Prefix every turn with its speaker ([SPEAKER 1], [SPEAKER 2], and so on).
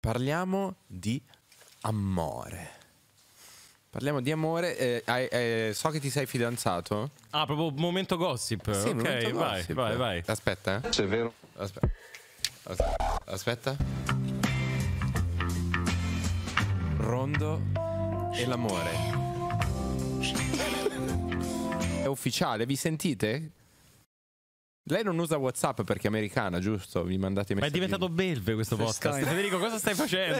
[SPEAKER 1] Parliamo di amore. Parliamo di amore. eh, hai- eh, so che ti sei fidanzato. Eh,
[SPEAKER 2] Ah, proprio momento gossip.
[SPEAKER 1] Sì,
[SPEAKER 2] ok,
[SPEAKER 1] momento
[SPEAKER 2] vai,
[SPEAKER 1] gossip.
[SPEAKER 2] vai, vai.
[SPEAKER 1] Aspetta, eh.
[SPEAKER 3] Se è vero,
[SPEAKER 1] Aspetta. Aspetta. Aspetta. Rondo e l'amore. È ufficiale, vi sentite? Lei non usa WhatsApp perché è americana, giusto? Vi mandate i
[SPEAKER 2] Ma è
[SPEAKER 1] messaggi.
[SPEAKER 2] diventato belve questo podcast. Federico, cosa stai facendo?